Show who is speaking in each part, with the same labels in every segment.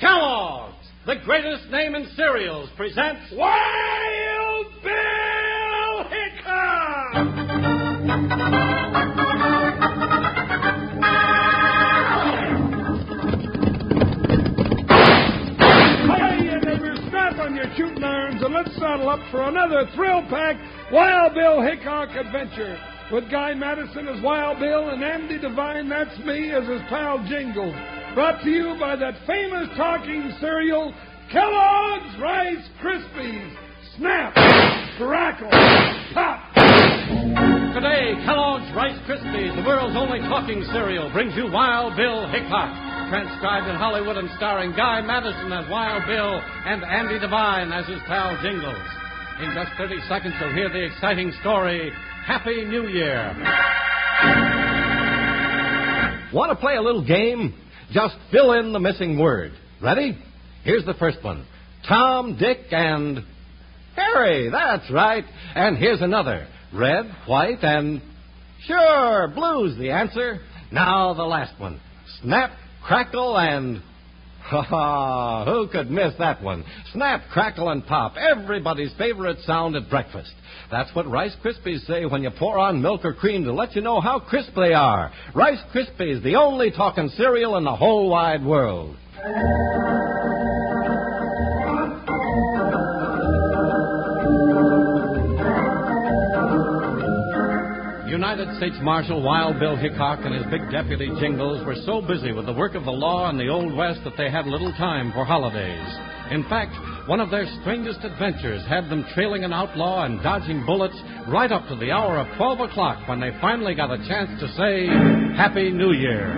Speaker 1: Kellogg's, the greatest name in cereals, presents Wild Bill Hickok!
Speaker 2: Hey, you neighbors, strap on your shooting irons and let's saddle up for another thrill-packed Wild Bill Hickok adventure with Guy Madison as Wild Bill and Andy Devine, that's me, as his pal Jingle. Brought to you by that famous talking cereal, Kellogg's Rice Krispies. Snap, crackle, pop.
Speaker 1: Today, Kellogg's Rice Krispies, the world's only talking cereal, brings you Wild Bill Hickok, transcribed in Hollywood and starring Guy Madison as Wild Bill and Andy Devine as his pal Jingles. In just 30 seconds, you'll hear the exciting story, Happy New Year.
Speaker 3: Want to play a little game? Just fill in the missing word. Ready? Here's the first one Tom, Dick, and Harry. That's right. And here's another red, white, and sure, blue's the answer. Now the last one snap, crackle, and. Ha ha! Who could miss that one? Snap, crackle, and pop. Everybody's favorite sound at breakfast. That's what Rice Krispies say when you pour on milk or cream to let you know how crisp they are. Rice Krispies, the only talking cereal in the whole wide world.
Speaker 1: United States Marshal Wild Bill Hickok and his big deputy Jingles were so busy with the work of the law in the Old West that they had little time for holidays. In fact, one of their strangest adventures had them trailing an outlaw and dodging bullets right up to the hour of 12 o'clock when they finally got a chance to say, Happy New Year.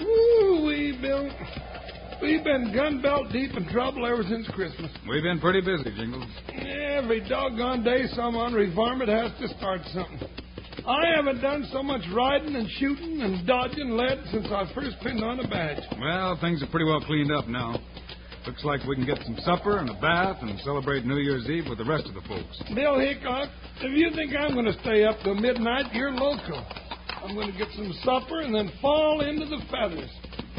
Speaker 2: Ooh-wee, Bill. We've been gun belt deep in trouble ever since Christmas.
Speaker 4: We've been pretty busy, Jingles.
Speaker 2: Every doggone day, some ornery varmint has to start something. I haven't done so much riding and shooting and dodging lead since I first pinned on a badge.
Speaker 4: Well, things are pretty well cleaned up now. Looks like we can get some supper and a bath and celebrate New Year's Eve with the rest of the folks.
Speaker 2: Bill Hickok, if you think I'm going to stay up till midnight, you're loco. I'm going to get some supper and then fall into the feathers.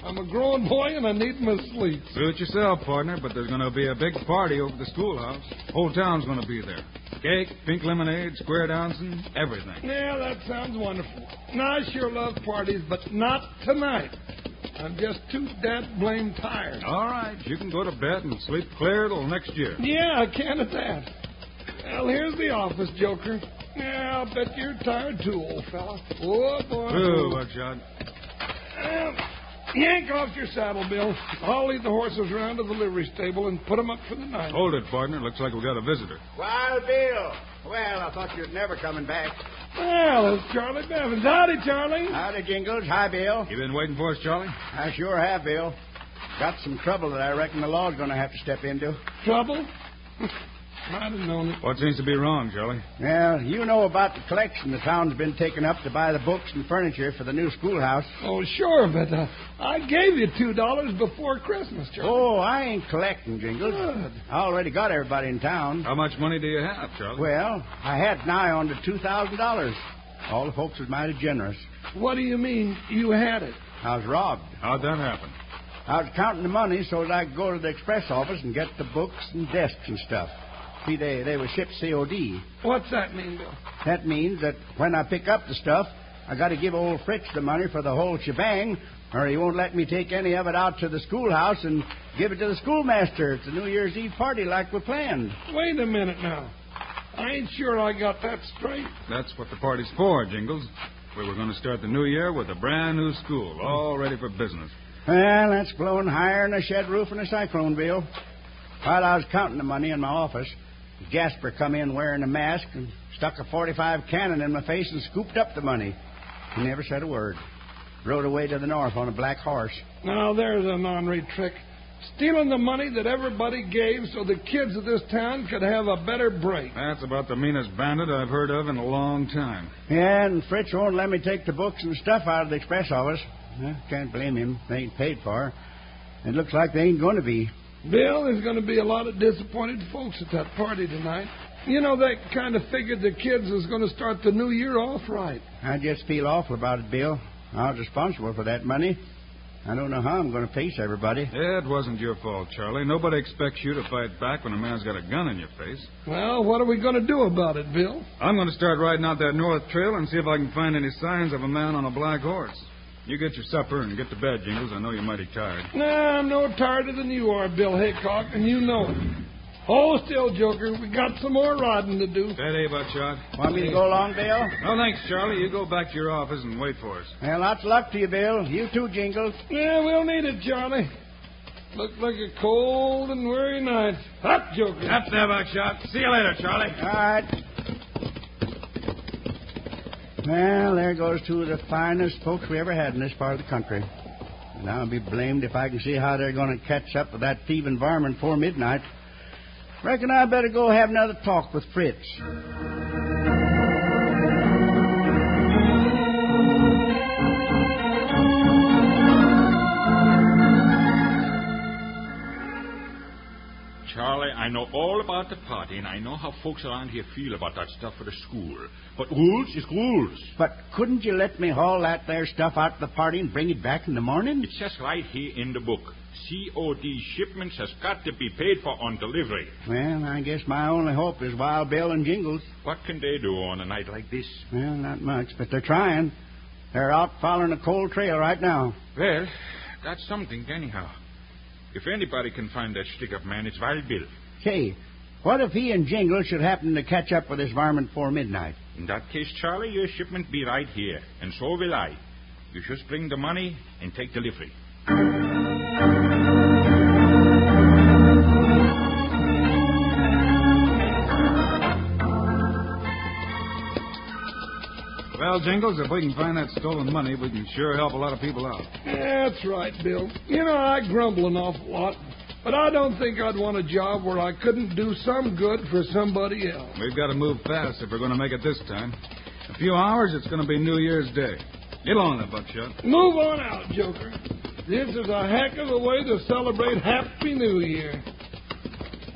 Speaker 2: I'm a grown boy and I need my sleep.
Speaker 4: Suit yourself, partner, but there's going to be a big party over the schoolhouse. Whole town's going to be there. Cake, pink lemonade, square dancing, everything.
Speaker 2: Yeah, that sounds wonderful. Now, I sure love parties, but not tonight. I'm just too damn blame tired.
Speaker 4: All right, you can go to bed and sleep clear till next year.
Speaker 2: Yeah, I can at that. Well, here's the office, Joker. Yeah, I'll bet you're tired too, old fella. Oh, boy.
Speaker 4: Ooh, Buckshot.
Speaker 2: Well, yank off your saddle, Bill. I'll lead the horses round to the livery stable and put 'em up for the night.
Speaker 4: Hold it, partner. Looks like we got a visitor.
Speaker 5: Wild Bill. Well, I thought you'd never coming back.
Speaker 2: Well, it's Charlie Bevins. Howdy, Charlie.
Speaker 5: Howdy, Jingles. Hi, Bill.
Speaker 4: You been waiting for us, Charlie?
Speaker 5: I sure have, Bill. Got some trouble that I reckon the law's going to have to step into.
Speaker 2: Trouble? I'd have known it.
Speaker 4: What seems to be wrong, Charlie?
Speaker 5: Well, you know about the collection the town's been taking up to buy the books and furniture for the new schoolhouse.
Speaker 2: Oh, sure, but uh, I gave you two dollars before Christmas, Charlie.
Speaker 5: Oh, I ain't collecting, Jingles.
Speaker 2: Good.
Speaker 5: I already got everybody in town.
Speaker 4: How much money do you have, Charlie?
Speaker 5: Well, I had nigh on to $2,000. All the folks was mighty generous.
Speaker 2: What do you mean you had it?
Speaker 5: I was robbed.
Speaker 4: How'd that happen?
Speaker 5: I was counting the money so that I could go to the express office and get the books and desks and stuff. See, they, they were shipped COD.
Speaker 2: What's that mean, Bill?
Speaker 5: That means that when I pick up the stuff, I got to give old Fritz the money for the whole shebang, or he won't let me take any of it out to the schoolhouse and give it to the schoolmaster at the New Year's Eve party like we planned.
Speaker 2: Wait a minute now. I ain't sure I got that straight.
Speaker 4: That's what the party's for, Jingles. We were going to start the new year with a brand new school, all ready for business.
Speaker 5: Well, that's blown higher than a shed roof in a cyclone, Bill. While I was counting the money in my office, Jasper come in wearing a mask and stuck a 45 cannon in my face and scooped up the money. He never said a word. Rode away to the north on a black horse.
Speaker 2: Now, there's an ornery trick. Stealing the money that everybody gave so the kids of this town could have a better break.
Speaker 4: That's about the meanest bandit I've heard of in a long time.
Speaker 5: Yeah, and Fritz won't let me take the books and stuff out of the express office. I can't blame him. They ain't paid for. It looks like they ain't going to be.
Speaker 2: Bill, there's going to be a lot of disappointed folks at that party tonight. You know, that kind of figured the kids was going to start the new year off right.
Speaker 5: I just feel awful about it, Bill. I was responsible for that money. I don't know how I'm going to face everybody.
Speaker 4: It wasn't your fault, Charlie. Nobody expects you to fight back when a man's got a gun in your face.
Speaker 2: Well, what are we going to do about it, Bill?
Speaker 4: I'm going to start riding out that north trail and see if I can find any signs of a man on a black horse. You get your supper and get to bed, Jingles. I know you're mighty tired.
Speaker 2: Nah, I'm no tighter than you are, Bill Hickok, and you know it. Hold still, Joker. We got some more riding to do.
Speaker 4: That eh, Buckshot?
Speaker 5: Want me to go along, Bill?
Speaker 4: No, thanks, Charlie. You go back to your office and wait for us.
Speaker 5: Well, lots of luck to you, Bill. You too, Jingles.
Speaker 2: Yeah, we'll need it, Johnny. Looks like a cold and weary night. Up, Joker.
Speaker 4: Up there, Buckshot. See you later, Charlie.
Speaker 5: All right. Well, there goes two of the finest folks we ever had in this part of the country. And I'll be blamed if I can see how they're going to catch up with that thieving varmint before midnight. Reckon I better go have another talk with Fritz.
Speaker 6: Charlie, I know all about the party, and I know how folks around here feel about that stuff for the school. But rules is rules.
Speaker 5: But couldn't you let me haul that there stuff out to the party and bring it back in the morning?
Speaker 6: It says right here in the book. COD shipments has got to be paid for on delivery.
Speaker 5: Well, I guess my only hope is Wild Bill and Jingles.
Speaker 6: What can they do on a night like this?
Speaker 5: Well, not much, but they're trying. They're out following a cold trail right now.
Speaker 6: Well, that's something, anyhow. If anybody can find that stick-up man, it's Wild Bill.
Speaker 5: Say, what if he and Jingles should happen to catch up with this varmint before midnight?
Speaker 6: In that case, Charlie, your shipment be right here, and so will I. You just bring the money and take delivery.
Speaker 4: Well, Jingles, if we can find that stolen money, we can sure help a lot of people out.
Speaker 2: Yeah, that's right, Bill. You know, I grumble an awful lot, but I don't think I'd want a job where I couldn't do some good for somebody else.
Speaker 4: We've got to move fast if we're going to make it this time. A few hours, it's going to be New Year's Day. Get on there, Buckshot.
Speaker 2: Move on out, Joker. This is a heck of a way to celebrate Happy New Year.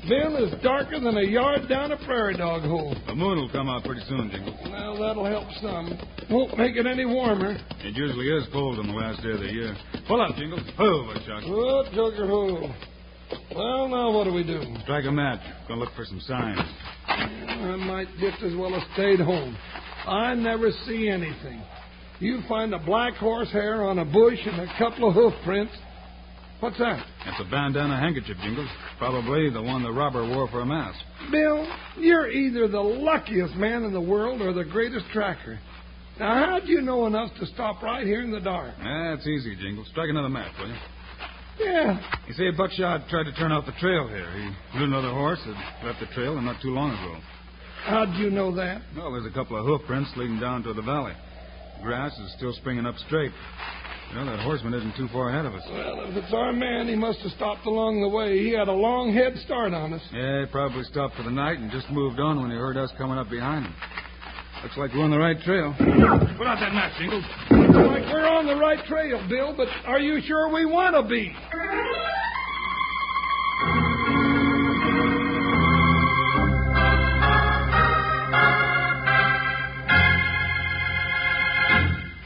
Speaker 2: Bill is darker than a yard down a prairie dog hole.
Speaker 4: The moon will come out pretty soon, Jingles.
Speaker 2: Well, that'll help some. Won't make it any warmer.
Speaker 4: It usually is cold on the last day of the year. Pull up, Jingles. Ho, Buckshot.
Speaker 2: Oh, Joker, ho. Well, now what do we do?
Speaker 4: Strike a match. Gonna look for some signs.
Speaker 2: I might just as well have stayed home. I never see anything. You find a black horse hair on a bush and a couple of hoof prints. What's that?
Speaker 4: That's a bandana handkerchief, Jingles. Probably the one the robber wore for a mask.
Speaker 2: Bill, you're either the luckiest man in the world or the greatest tracker. Now, how'd you know enough to stop right here in the dark?
Speaker 4: That's easy, Jingles. Strike another match, will you?
Speaker 2: Yeah,
Speaker 4: You see, Buckshot tried to turn off the trail here. He blew another horse that left the trail and not too long ago.
Speaker 2: how'd you know that?
Speaker 4: Well, there's a couple of hoof prints leading down to the valley. grass is still springing up straight. Well, that horseman isn't too far ahead of us.
Speaker 2: Well, if it's our man, he must have stopped along the way. He had a long head start on us.
Speaker 4: Yeah, he probably stopped for the night and just moved on when he heard us coming up behind him. Looks like we're on the right trail.
Speaker 6: Put out that match, Jingles.
Speaker 2: Like we're on the right trail, Bill, but are you sure we want to be?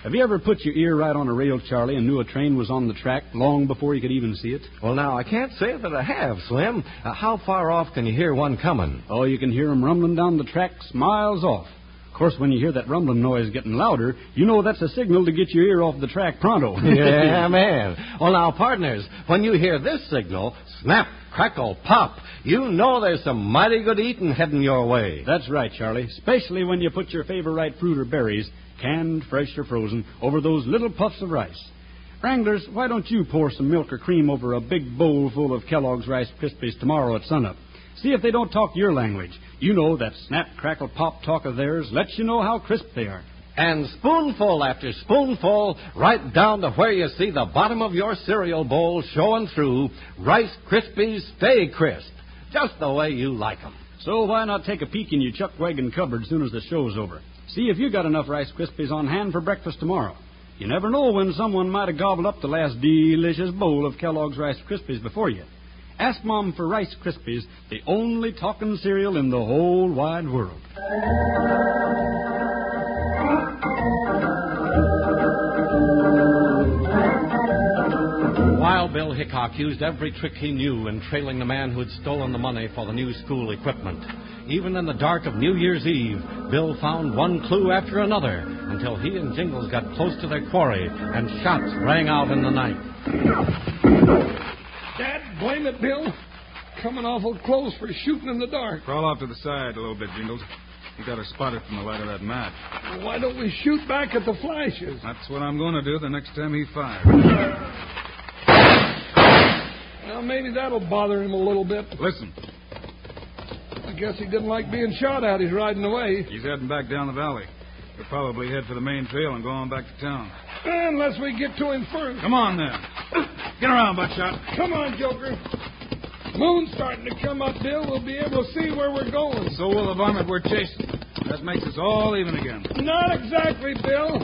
Speaker 7: Have you ever put your ear right on a rail, Charlie, and knew a train was on the track long before you could even see it?
Speaker 3: Well, now, I can't say that I have, Slim. Uh, how far off can you hear one coming?
Speaker 7: Oh, you can hear 'em rumbling down the tracks miles off. Of course, when you hear that rumbling noise getting louder, you know that's a signal to get your ear off the track pronto.
Speaker 3: yeah, man. Well, now, partners, when you hear this signal, snap, crackle, pop, you know there's some mighty good eating heading your way.
Speaker 7: That's right, Charlie. Especially when you put your favorite fruit or berries, canned, fresh, or frozen, over those little puffs of rice. Wranglers, why don't you pour some milk or cream over a big bowl full of Kellogg's Rice Krispies tomorrow at sunup? See if they don't talk your language. You know that snap, crackle, pop talk of theirs lets you know how crisp they are.
Speaker 3: And spoonful after spoonful, right down to where you see the bottom of your cereal bowl showing through, Rice Krispies stay crisp, just the way you like 'em.
Speaker 7: So why not take a peek in your chuck wagon cupboard soon as the show's over? See if you got enough Rice Krispies on hand for breakfast tomorrow. You never know when someone might have gobbled up the last delicious bowl of Kellogg's Rice Krispies before you.
Speaker 8: Ask Mom for Rice Krispies, the only talking cereal in the whole wide world.
Speaker 3: While Bill Hickok used every trick he knew in trailing the man who had stolen the money for the new school equipment, even in the dark of New Year's Eve, Bill found one clue after another until he and Jingles got close to their quarry and shots rang out in the night.
Speaker 2: Dad, blame it, Bill. Coming awful close for shooting in the dark.
Speaker 4: Crawl off to the side a little bit, Jingles. You got to spot it from the light of that match.
Speaker 2: Why don't we shoot back at the flashes?
Speaker 4: That's what I'm going to do the next time he fires.
Speaker 2: Now, maybe that'll bother him a little bit.
Speaker 4: Listen,
Speaker 2: I guess he didn't like being shot at. He's riding away.
Speaker 4: he's heading back down the valley. He'll probably head for the main trail and go on back to town.
Speaker 2: Unless we get to him first.
Speaker 4: Come on, then. Get around, Buckshot.
Speaker 2: Come on, Joker. Moon's starting to come up, Bill. We'll be able to see where we're going.
Speaker 4: So will the varmint we're chasing. That makes us all even again.
Speaker 2: Not exactly, Bill.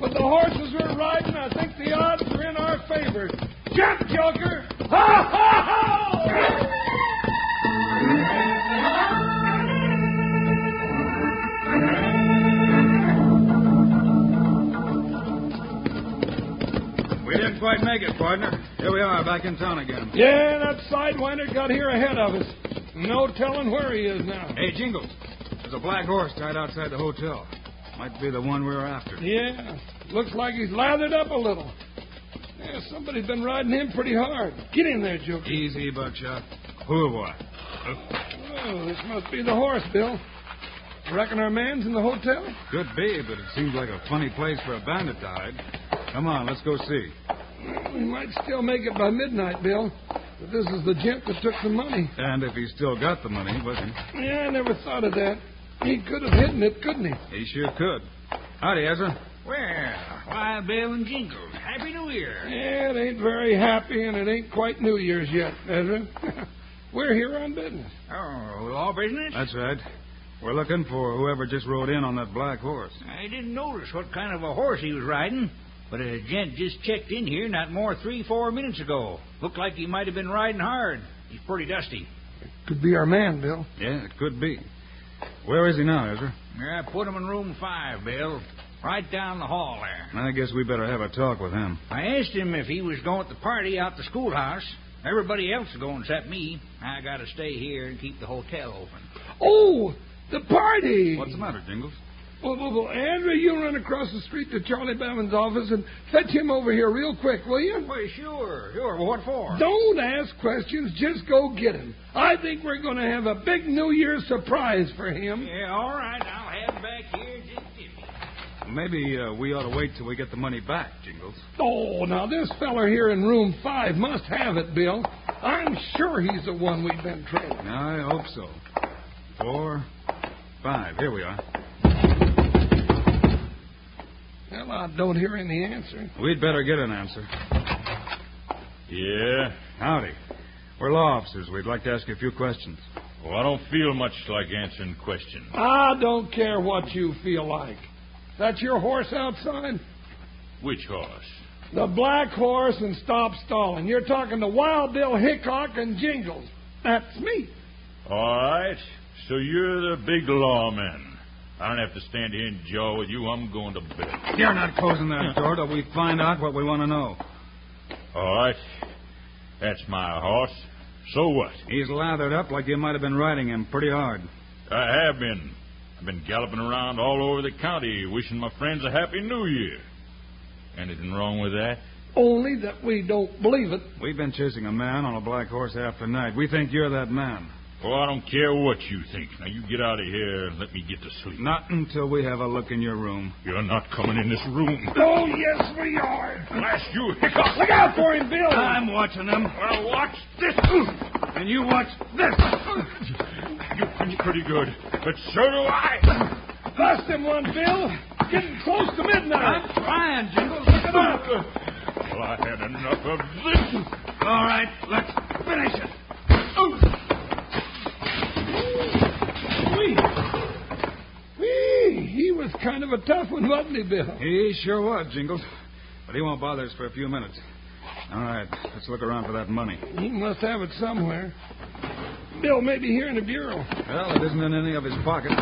Speaker 2: But the horses we're riding, I think the odds are in our favor. Jump, Joker! Ha ha ha!
Speaker 4: We didn't quite make it, partner. Here we are, back in town again.
Speaker 2: Yeah, that sidewinder got here ahead of us. No telling where he is now.
Speaker 4: Hey, Jingles, there's a black horse tied outside the hotel. Might be the one we were after.
Speaker 2: Yeah, looks like he's lathered up a little. Yeah, somebody's been riding him pretty hard. Get in there, Joker.
Speaker 4: Easy, Buckshot. Who Uh, boy?
Speaker 2: Oh, this must be the horse, Bill. Reckon our man's in the hotel?
Speaker 4: Could be, but it seems like a funny place for a bandit to hide. Come on, let's go see.
Speaker 2: We might still make it by midnight, Bill. But this is the gent that took the money.
Speaker 4: And if he's still got the money with him,
Speaker 2: Yeah, I never thought of that. He could have hidden it, couldn't he?
Speaker 4: he sure could. Howdy, Ezra.
Speaker 5: Well, why, Bill and Jingles, Happy New Year.
Speaker 2: Yeah, it ain't very happy, and it ain't quite New Year's yet, Ezra. We're here on business.
Speaker 5: Oh, law business?
Speaker 4: That's right. We're looking for whoever just rode in on that black horse.
Speaker 5: I didn't notice what kind of a horse he was riding, but a gent just checked in here not more three, four minutes ago. Looked like he might have been riding hard. He's pretty dusty.
Speaker 2: Could be our man, Bill.
Speaker 4: Yeah, it could be. Where is he now, Ezra?
Speaker 5: Yeah, put him in room five, Bill. Right down the hall there.
Speaker 4: I guess we better have a talk with him.
Speaker 5: I asked him if he was going to the party out the schoolhouse. Everybody else is going except me. I gotta stay here and keep the hotel open.
Speaker 2: Oh, the party!
Speaker 4: What's the matter, Jingles?
Speaker 2: Well, well, well, Andrew, you run across the street to Charlie Bevan's office and fetch him over here real quick, will you?
Speaker 5: Well, sure, sure. Well, what for?
Speaker 2: Don't ask questions. Just go get him. I think we're going to have a big New Year's surprise for him.
Speaker 5: Yeah, all right. I'll have him back here. Just give me.
Speaker 4: Maybe uh, we ought to wait till we get the money back, Jingles.
Speaker 2: Oh, now this feller here in room five must have it, Bill. I'm sure he's the one we've been trailing.
Speaker 4: I hope so. Four, five. Here we are.
Speaker 2: Well, I don't hear any answer.
Speaker 4: We'd better get an answer.
Speaker 6: Yeah?
Speaker 4: Howdy. We're law officers. We'd like to ask you a few questions.
Speaker 6: Well, I don't feel much like answering questions.
Speaker 2: I don't care what you feel like. That's your horse outside?
Speaker 6: Which horse?
Speaker 2: The black horse and stop stalling. You're talking to Wild Bill Hickok and Jingles. That's me.
Speaker 6: All right. So you're the big lawman. I don't have to stand here and jaw with you. I'm going to bed.
Speaker 4: You're not closing that door till we find out what we want to know.
Speaker 6: All right. That's my horse. So what?
Speaker 4: He's lathered up like you might have been riding him pretty hard.
Speaker 6: I have been. I've been galloping around all over the county wishing my friends a happy new year. Anything wrong with that?
Speaker 2: Only that we don't believe it.
Speaker 4: We've been chasing a man on a black horse after night. We think you're that man.
Speaker 6: Oh, I don't care what you think. Now you get out of here and let me get to sleep.
Speaker 4: Not until we have a look in your room.
Speaker 6: You're not coming in this room.
Speaker 2: Oh, yes, we are.
Speaker 6: Blast you, Hickok!
Speaker 2: Look out for him, Bill.
Speaker 4: I'm watching him.
Speaker 6: Well, watch this.
Speaker 4: And you watch this.
Speaker 6: You pinch pretty good, but so do I.
Speaker 2: Bust him one, Bill. Getting close to midnight.
Speaker 4: Fine, Jingles. Look at him.
Speaker 6: Well, I had enough of this.
Speaker 4: All right, let's finish it.
Speaker 2: Whee! He was kind of a tough one, wasn't he, Bill?
Speaker 4: He sure was, Jingles. But he won't bother us for a few minutes. All right, let's look around for that money.
Speaker 2: He must have it somewhere. Bill may be here in the bureau.
Speaker 4: Well, it isn't in any of his pockets.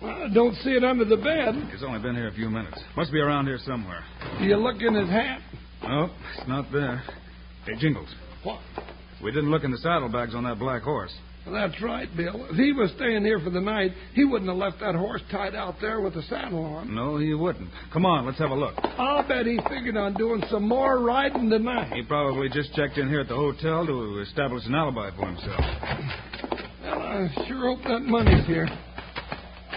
Speaker 2: Well, I don't see it under the bed.
Speaker 4: He's only been here a few minutes. Must be around here somewhere.
Speaker 2: Do you look in his hat?
Speaker 4: Nope, it's not there. Hey, Jingles,
Speaker 2: What?
Speaker 4: we didn't look in the saddlebags on that black horse.
Speaker 2: That's right, Bill. If he was staying here for the night, he wouldn't have left that horse tied out there with the saddle on.
Speaker 4: No, he wouldn't. Come on, let's have a look.
Speaker 2: I'll bet he figured on doing some more riding tonight.
Speaker 4: He probably just checked in here at the hotel to establish an alibi for himself.
Speaker 2: Well, I sure hope that money's here.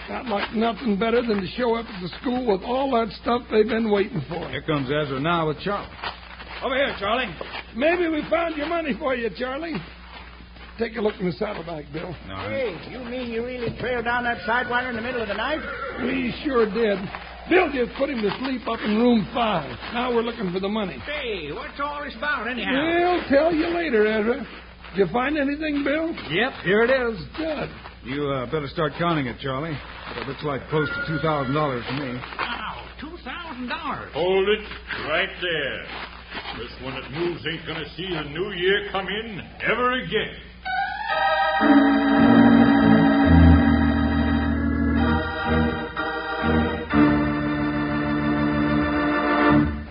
Speaker 2: Not like nothing better than to show up at the school with all that stuff they've been waiting for.
Speaker 4: Here comes Ezra now with Charlie.
Speaker 9: Over here, Charlie.
Speaker 2: Maybe we found your money for you, Charlie. Take a look in the saddlebag, Bill.
Speaker 4: All right.
Speaker 5: Hey, you mean you really trailed down that sidewinder in the middle of the night?
Speaker 2: We sure did. Bill just put him to sleep up in room five. Now we're looking for the money.
Speaker 9: Hey, what's all this about, anyhow?
Speaker 2: We'll tell you later, Ezra. Did you find anything, Bill?
Speaker 4: Yep, here it is.
Speaker 2: Good.
Speaker 4: You uh, better start counting it, Charlie. It looks like close to two thousand dollars to me.
Speaker 9: Wow, $2,000.
Speaker 6: Hold it right there. This one that moves ain't gonna see the new year come in ever again.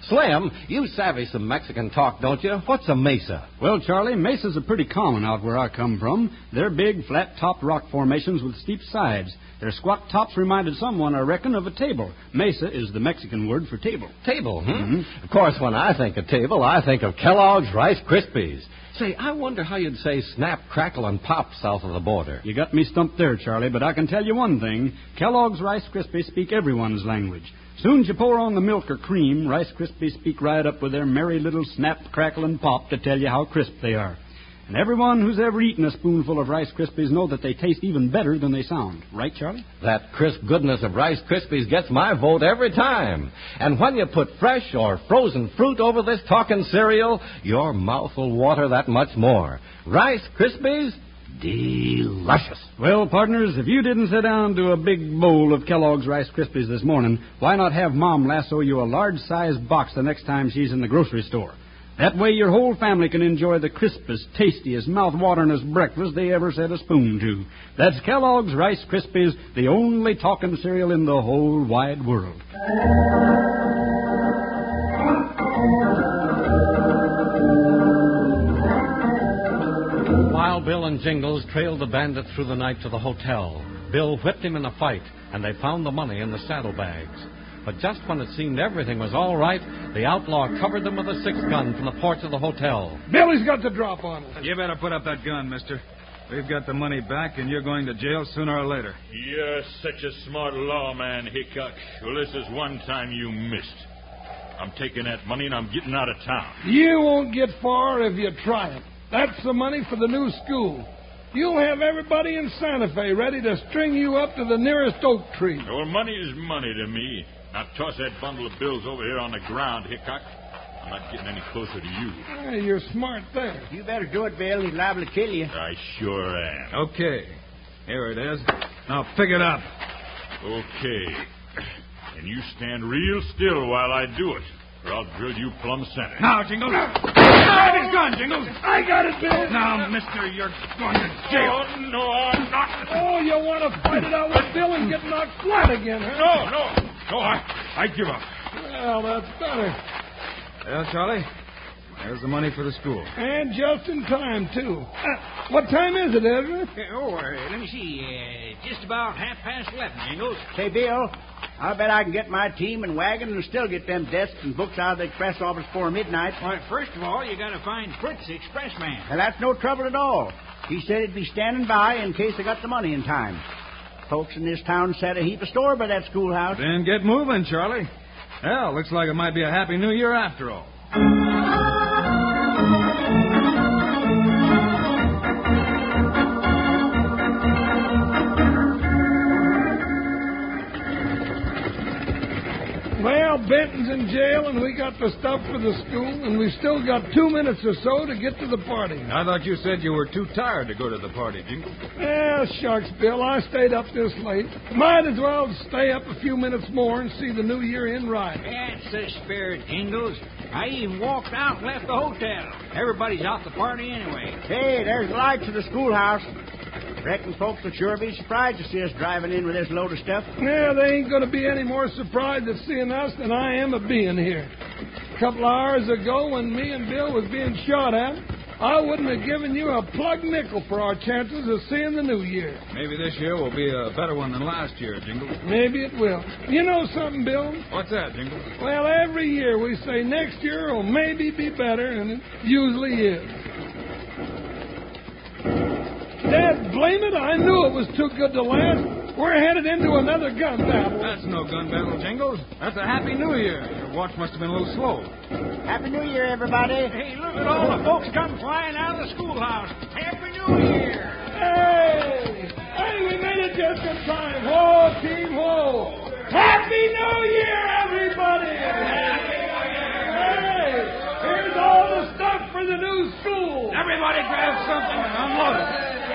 Speaker 3: Slim, you savvy some Mexican talk, don't you? What's a mesa?
Speaker 7: Well, Charlie, mesas are pretty common out where I come from. They're big, flat top rock formations with steep sides. Their squat tops reminded someone, I reckon, of a table. Mesa is the Mexican word for table. Mm-hmm.
Speaker 3: Table, hmm? Of course, when I think of table, I think of Kellogg's Rice Krispies. Say, I wonder how you'd say snap, crackle, and pop south of the border.
Speaker 7: You got me stumped there, Charlie, but I can tell you one thing. Kellogg's Rice Krispies speak everyone's language. Soon as you pour on the milk or cream, Rice Krispies speak right up with their merry little snap, crackle, and pop to tell you how crisp they are. And everyone who's ever eaten a spoonful of Rice Krispies know that they taste even better than they sound. Right, Charlie?
Speaker 3: That crisp goodness of Rice Krispies gets my vote every time. And when you put fresh or frozen fruit over this talking cereal, your mouth will water that much more. Rice Krispies, delicious.
Speaker 7: Well, partners, if you didn't sit down to a big bowl of Kellogg's Rice Krispies this morning, why not have Mom lasso you a large-sized box the next time she's in the grocery store? That way your whole family can enjoy the crispest, tastiest, mouth-wateringest breakfast they ever set a spoon to. That's Kellogg's Rice Krispies, the only talking cereal in the whole wide world.
Speaker 1: While Bill and Jingles trailed the bandit through the night to the hotel, Bill whipped him in a fight, and they found the money in the saddlebags. But just when it seemed everything was all right, the outlaw covered them with a six gun from the porch of the hotel.
Speaker 2: Billy's got the drop on us.
Speaker 4: You better put up that gun, mister. We've got the money back, and you're going to jail sooner or later.
Speaker 6: You're such a smart lawman, Hickok. Well, this is one time you missed. I'm taking that money and I'm getting out of town.
Speaker 2: You won't get far if you try it. That's the money for the new school. You'll have everybody in Santa Fe ready to string you up to the nearest oak tree.
Speaker 6: Well, money is money to me. Now toss that bundle of bills over here on the ground, Hickok. I'm not getting any closer to you.
Speaker 2: Ah, you're smart there.
Speaker 5: You better do it, Bill. He's liable to kill you.
Speaker 6: I sure am.
Speaker 4: Okay. Here it is. Now pick it up.
Speaker 6: Okay. And you stand real still while I do it, or I'll drill you plumb center.
Speaker 4: Now, Jingles. Grab his gun, Jingles.
Speaker 2: I got it, Bill.
Speaker 4: Now, mister, you're going to jail.
Speaker 6: Oh, no, I'm not.
Speaker 2: Oh, you want to fight it out with Bill and get knocked flat again, huh?
Speaker 6: No, no. No, I, I give up.
Speaker 2: Well, that's better.
Speaker 4: Well, Charlie, there's the money for the school.
Speaker 2: And just in time, too. Ah, what time is it, Ezra?
Speaker 9: Uh, Oh, uh, let me see. Uh, just about half past 11, Jingles.
Speaker 5: Say, Bill, I'll bet I can get my team and wagon and still get them desks and books out of the express office before midnight.
Speaker 9: Why, first of all, you gotta find Fritz, the express man.
Speaker 5: And that's no trouble at all. He said he'd be standing by in case I got the money in time. Folks in this town set a heap of store by that schoolhouse.
Speaker 4: Then get moving, Charlie. Hell, looks like it might be a happy new year after all.
Speaker 2: Well, Benton's in jail, and we got the stuff for the school, and we've still got two minutes or so to get to the party.
Speaker 4: I thought you said you were too tired to go to the party, Jingles.
Speaker 2: Well, shucks, Bill, I stayed up this late. Might as well stay up a few minutes more and see the new year in right.
Speaker 9: That's the spirit, Jingles. I even walked out and left the hotel. Everybody's out the party anyway.
Speaker 5: Hey, there's lights at the schoolhouse. Reckon folks will sure be surprised to see us driving in with this load of stuff.
Speaker 2: Yeah, they ain't going to be any more surprised at seeing us than I am of being here. A couple of hours ago, when me and Bill was being shot at, I wouldn't have given you a plug nickel for our chances of seeing the new year.
Speaker 4: Maybe this year will be a better one than last year, Jingles.
Speaker 2: Maybe it will. You know something, Bill?
Speaker 4: What's that, Jingles?
Speaker 2: Well, every year we say next year will maybe be better, and it usually is. Dad, blame it, I knew it was too good to last. We're headed into another gun battle.
Speaker 4: That's no gun battle, Jingles. That's a happy new year. Your watch must have been a little slow.
Speaker 5: Happy New Year, everybody.
Speaker 9: Hey, look at all the folks come flying out of the schoolhouse. Happy New Year!
Speaker 2: Hey! Hey, we made it just in time. Whoa, team, whoa. Happy New Year, everybody! Hey! Here's all the stuff for the new school.
Speaker 9: Everybody grab something and unload it.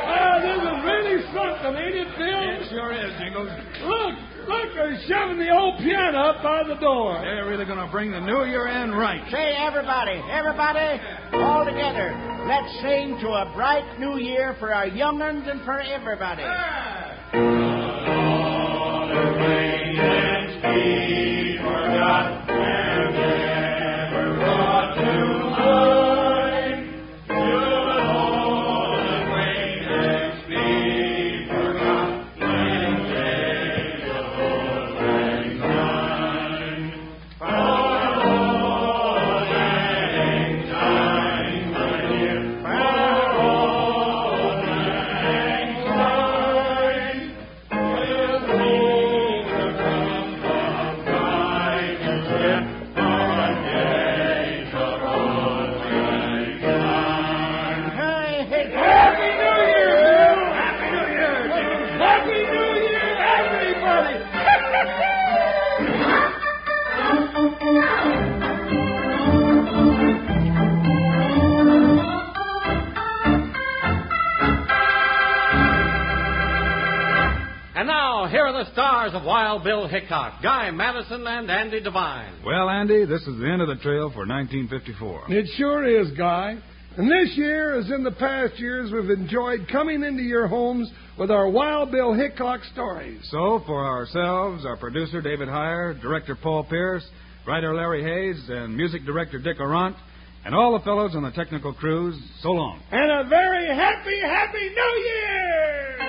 Speaker 2: Ah, this is really something, ain't it,
Speaker 4: It
Speaker 2: Bill?
Speaker 4: sure is, Jingles.
Speaker 2: Look, look, they're shoving the old piano up by the door.
Speaker 4: They're really going to bring the new year in right.
Speaker 5: Say, everybody, everybody, all together, let's sing to a bright new year for our younguns and for everybody. Hey, hey,
Speaker 2: Happy New Year, Bill! Happy New Year! Happy New Year, everybody!
Speaker 1: And now, here are the stars of Wild Bill Hickok, Guy Madison, and Andy Devine.
Speaker 4: Well, Andy, this is the end of the trail for 1954.
Speaker 2: It sure is, Guy. And this year, as in the past years, we've enjoyed coming into your homes with our Wild Bill Hickok stories.
Speaker 4: So, for ourselves, our producer David Heyer, director Paul Pierce, writer Larry Hayes, and music director Dick Arant, and all the fellows on the technical crews, so long.
Speaker 2: And a very happy,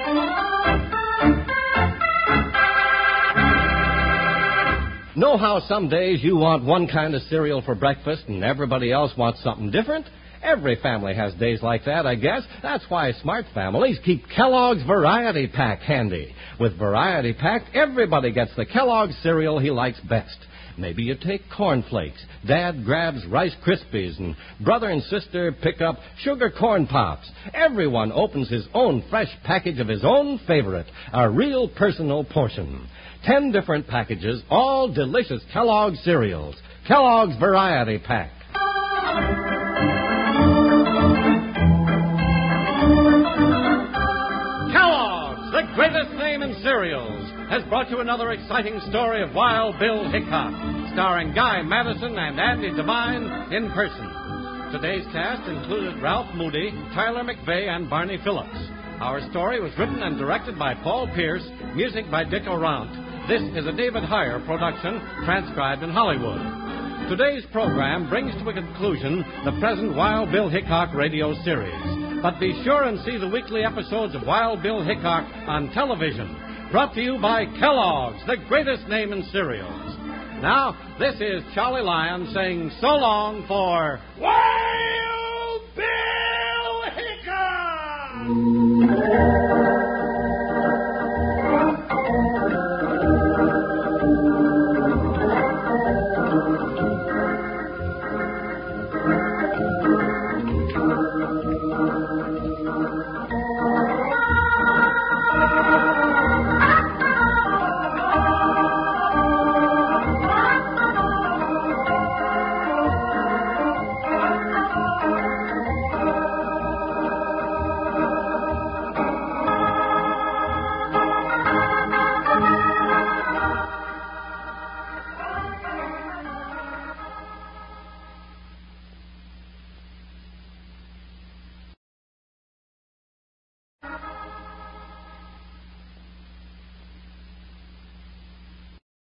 Speaker 2: happy New Year!
Speaker 3: Know how some days you want one kind of cereal for breakfast and everybody else wants something different? Every family has days like that, I guess. That's why smart families keep Kellogg's Variety Pack handy. With Variety Pack, everybody gets the Kellogg's cereal he likes best. Maybe you take cornflakes, dad grabs Rice Krispies, and brother and sister pick up sugar corn pops. Everyone opens his own fresh package of his own favorite, a real personal portion. Ten different packages, all delicious Kellogg's cereals. Kellogg's Variety Pack. Kellogg's, the greatest name in cereals, has brought you another exciting story of Wild Bill Hickok, starring Guy Madison and Andy Devine in person. Today's cast included Ralph Moody, Tyler McVeigh, and Barney Phillips. Our story was written and directed by Paul Pierce, music by Dick Orant. This is a David Heyer production, transcribed in Hollywood. Today's program brings to a conclusion the present Wild Bill Hickok radio series. But be sure and see the weekly episodes of Wild Bill Hickok on television, brought to you by Kellogg's, the greatest name in cereals. Now, this is Charlie Lyon saying so long for Wild